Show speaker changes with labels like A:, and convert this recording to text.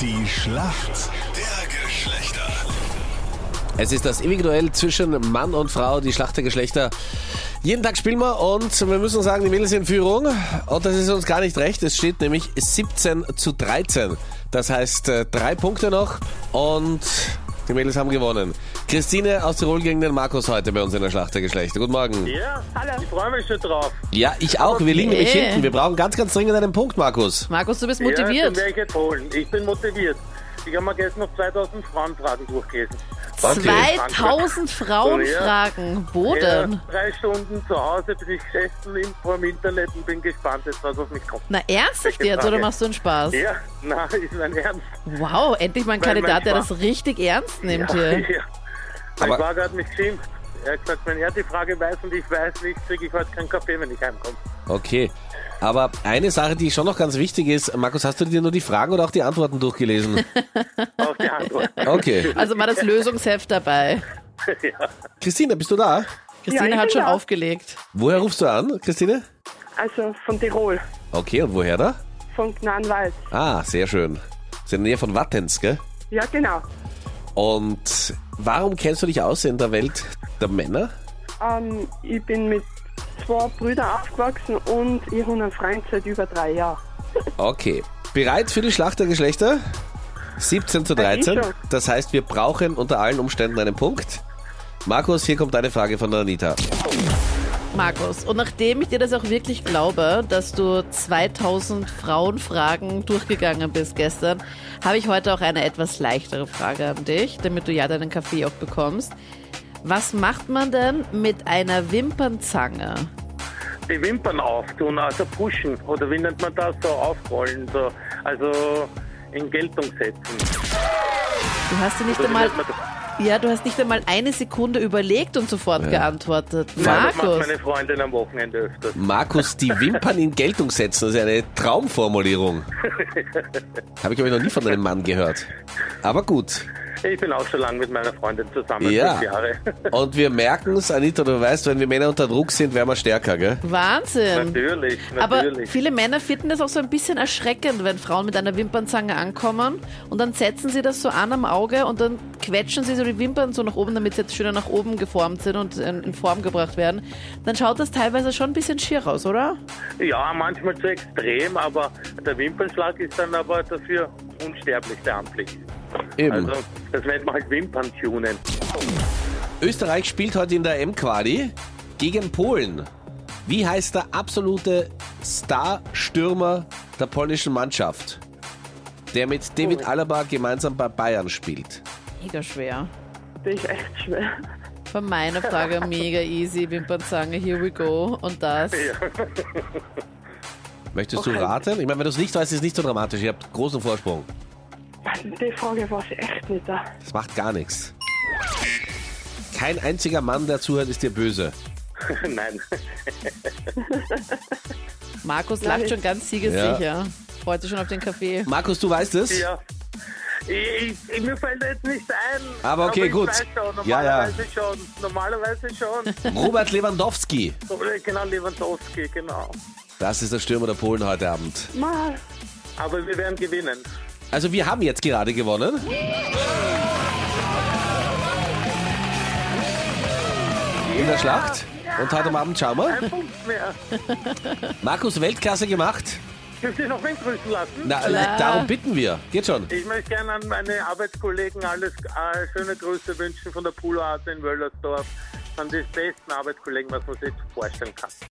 A: Die Schlacht der Geschlechter.
B: Es ist das ewige Duell zwischen Mann und Frau, die Schlacht der Geschlechter. Jeden Tag spielen wir und wir müssen sagen, die Mädels sind in Führung. Und das ist uns gar nicht recht. Es steht nämlich 17 zu 13. Das heißt, äh, drei Punkte noch und die Mädels haben gewonnen. Christine aus Tirol gegen den Markus heute bei uns in der Schlacht der Geschlechter. Guten Morgen.
C: Ja,
D: Hallo.
C: ich freue mich schon drauf.
B: Ja, ich auch. Wir liegen nämlich
D: Okay.
B: hinten. Wir brauchen ganz, ganz dringend einen Punkt, Markus.
D: Markus, du bist
C: Ja, den
D: motiviert.
C: werde ich jetzt holen. Ich bin motiviert. Ich habe mir gestern noch 2000 Frauenfragen durchgelesen.
B: Okay.
D: 2000 Frauenfragen. Wo
C: Ja,
D: denn?
C: drei Stunden zu Hause bin ich gesessen im- vor dem Internet und bin gespannt, jetzt, was auf mich kommt.
D: Na, ernsthaft
C: Welche
D: jetzt oder
C: Frage?
D: machst du einen Spaß?
C: Ja, na, ist mein Ernst.
D: Wow, endlich mal ein
C: Weil
D: Kandidat, der
C: mein Spaß-
D: das richtig ernst nimmt
C: ja,
D: hier.
C: ja.
B: Aber-
C: Mein Schwager hat mich geschimpft. Er hat gesagt, wenn er die Frage weiß und ich weiß nicht, kriege ich heute keinen Kaffee, wenn ich heimkomme.
B: Okay. Aber eine Sache, die schon noch ganz wichtig ist, Markus, hast du dir nur die Fragen oder auch die Antworten durchgelesen?
C: Auf die Antwort.
B: Okay.
D: Also mal das Lösungsheft dabei.
C: ja.
B: Christine, bist du da?
D: Christine
E: ich
D: hat
E: bin
D: schon
E: da.
D: aufgelegt.
B: Woher rufst du an, Christine?
E: Also von Tirol,
B: Okay, und woher da?
E: von Gnanwald.
B: Ah, sehr schön. Ist in der Nähe von Wattens, gell?
E: Ja, genau.
B: Und warum kennst du dich aus in der Welt der Männer?
E: Ähm, ich bin mit zwei Brüdern aufgewachsen und ich habe einen Freund seit über drei Jahren.
B: Okay. Bereit für die Schlacht der Geschlechter? 17 zu 13.
E: Ja, sicher.
B: Das heißt, wir brauchen unter allen Umständen einen Punkt. Markus, hier kommt eine Frage von der Anita.
D: Markus, und nachdem ich dir das auch wirklich glaube, dass du 2000 Frauenfragen durchgegangen bist gestern, habe ich heute auch eine etwas leichtere Frage an dich, damit du ja deinen Kaffee auch bekommst. Was macht man denn mit einer Wimpernzange?
C: die Wimpern auftun, also pushen. Oder wie nennt man das? So aufrollen, so. also in Geltung setzen.
D: Du hast dir nicht
C: Oder wie
D: einmal,
C: nennt man das?
D: ja, du hast nicht einmal eine Sekunde überlegt und sofort geantwortet.
C: Nein, das macht
D: Markus,
C: meine Freundin am Wochenende öfters.
B: Markus, die Wimpern in Geltung setzen, das ist eine Traumformulierung. Habe ich, glaube ich, noch nie von einem Mann gehört. Aber gut.
C: Ich bin auch schon lange mit meiner Freundin zusammen,
B: Ja.
C: fünf Jahre.
B: Und wir merken es, Anita, du weißt, wenn wir Männer unter Druck sind, werden wir stärker, gell? Ähm,
D: Wahnsinn.
C: natürlich,
D: Aber
C: natürlich.
D: viele Männer finden das auch so ein bisschen erschreckend, wenn Frauen mit einer Wimpernzange ankommen und dann setzen sie das so an am Auge und dann quetschen sie so die Wimpern so nach oben, damit sie jetzt schöner nach oben geformt sind und in, in Form gebracht werden. Dann schaut das teilweise schon ein bisschen schier aus, oder?
C: ja, manchmal zu extrem, aber der Wimpernschlag ist dann aber dafür unsterblich, der Anblick.
B: Eben.
C: Also, das nennt man halt Wimpern-Tunen.
B: Österreich spielt heute in der M-Quali gegen Polen. Wie heißt der absolute Star-Stürmer der polnischen Mannschaft, der mit David Alaba gemeinsam bei Bayern spielt?
D: Mega schwer.
E: Das ist echt schwer.
D: Für meine Frage mega easy, Wimpernzange, here we go und das.
B: Möchtest du
E: Okay.
B: raten? Ich meine, wenn du es nicht weißt, ist es nicht so dramatisch. Ihr habt großen Vorsprung.
E: Die Frage war ich echt nicht da.
B: Das macht gar nichts. Kein einziger Mann, der zuhört, ist dir böse.
C: Nein.
D: Markus lacht schon ganz siegessicher. Freut sich schon auf den Kaffee.
B: Markus, du weißt es?
C: Ja. Ich, ich, ich- mir fällt jetzt nicht ein.
B: Aber okay,
C: aber ich
B: gut.
C: Weiß schon,
B: Ja, ja.
C: normalerweise schon. Normalerweise schon.
B: Robert Lewandowski.
C: Oder genau, Lewandowski, genau.
B: Das ist der Stürmer der Polen heute Abend.
E: Mal.
C: Aber wir werden gewinnen.
B: Also wir haben jetzt gerade gewonnen. In der Schlacht. Und heute am Abend schauen wir.
C: Ein Punkt mehr.
B: Markus Weltklasse gemacht.
C: Dürfte ich noch wen grüßen lassen?
B: Na,
D: Klar.
B: darum bitten wir. Geht schon.
C: Ich möchte gerne an meine Arbeitskollegen alles äh, schöne Grüße wünschen von der Pulloase in Wöllersdorf. An die besten Arbeitskollegen, was man sich vorstellen kann.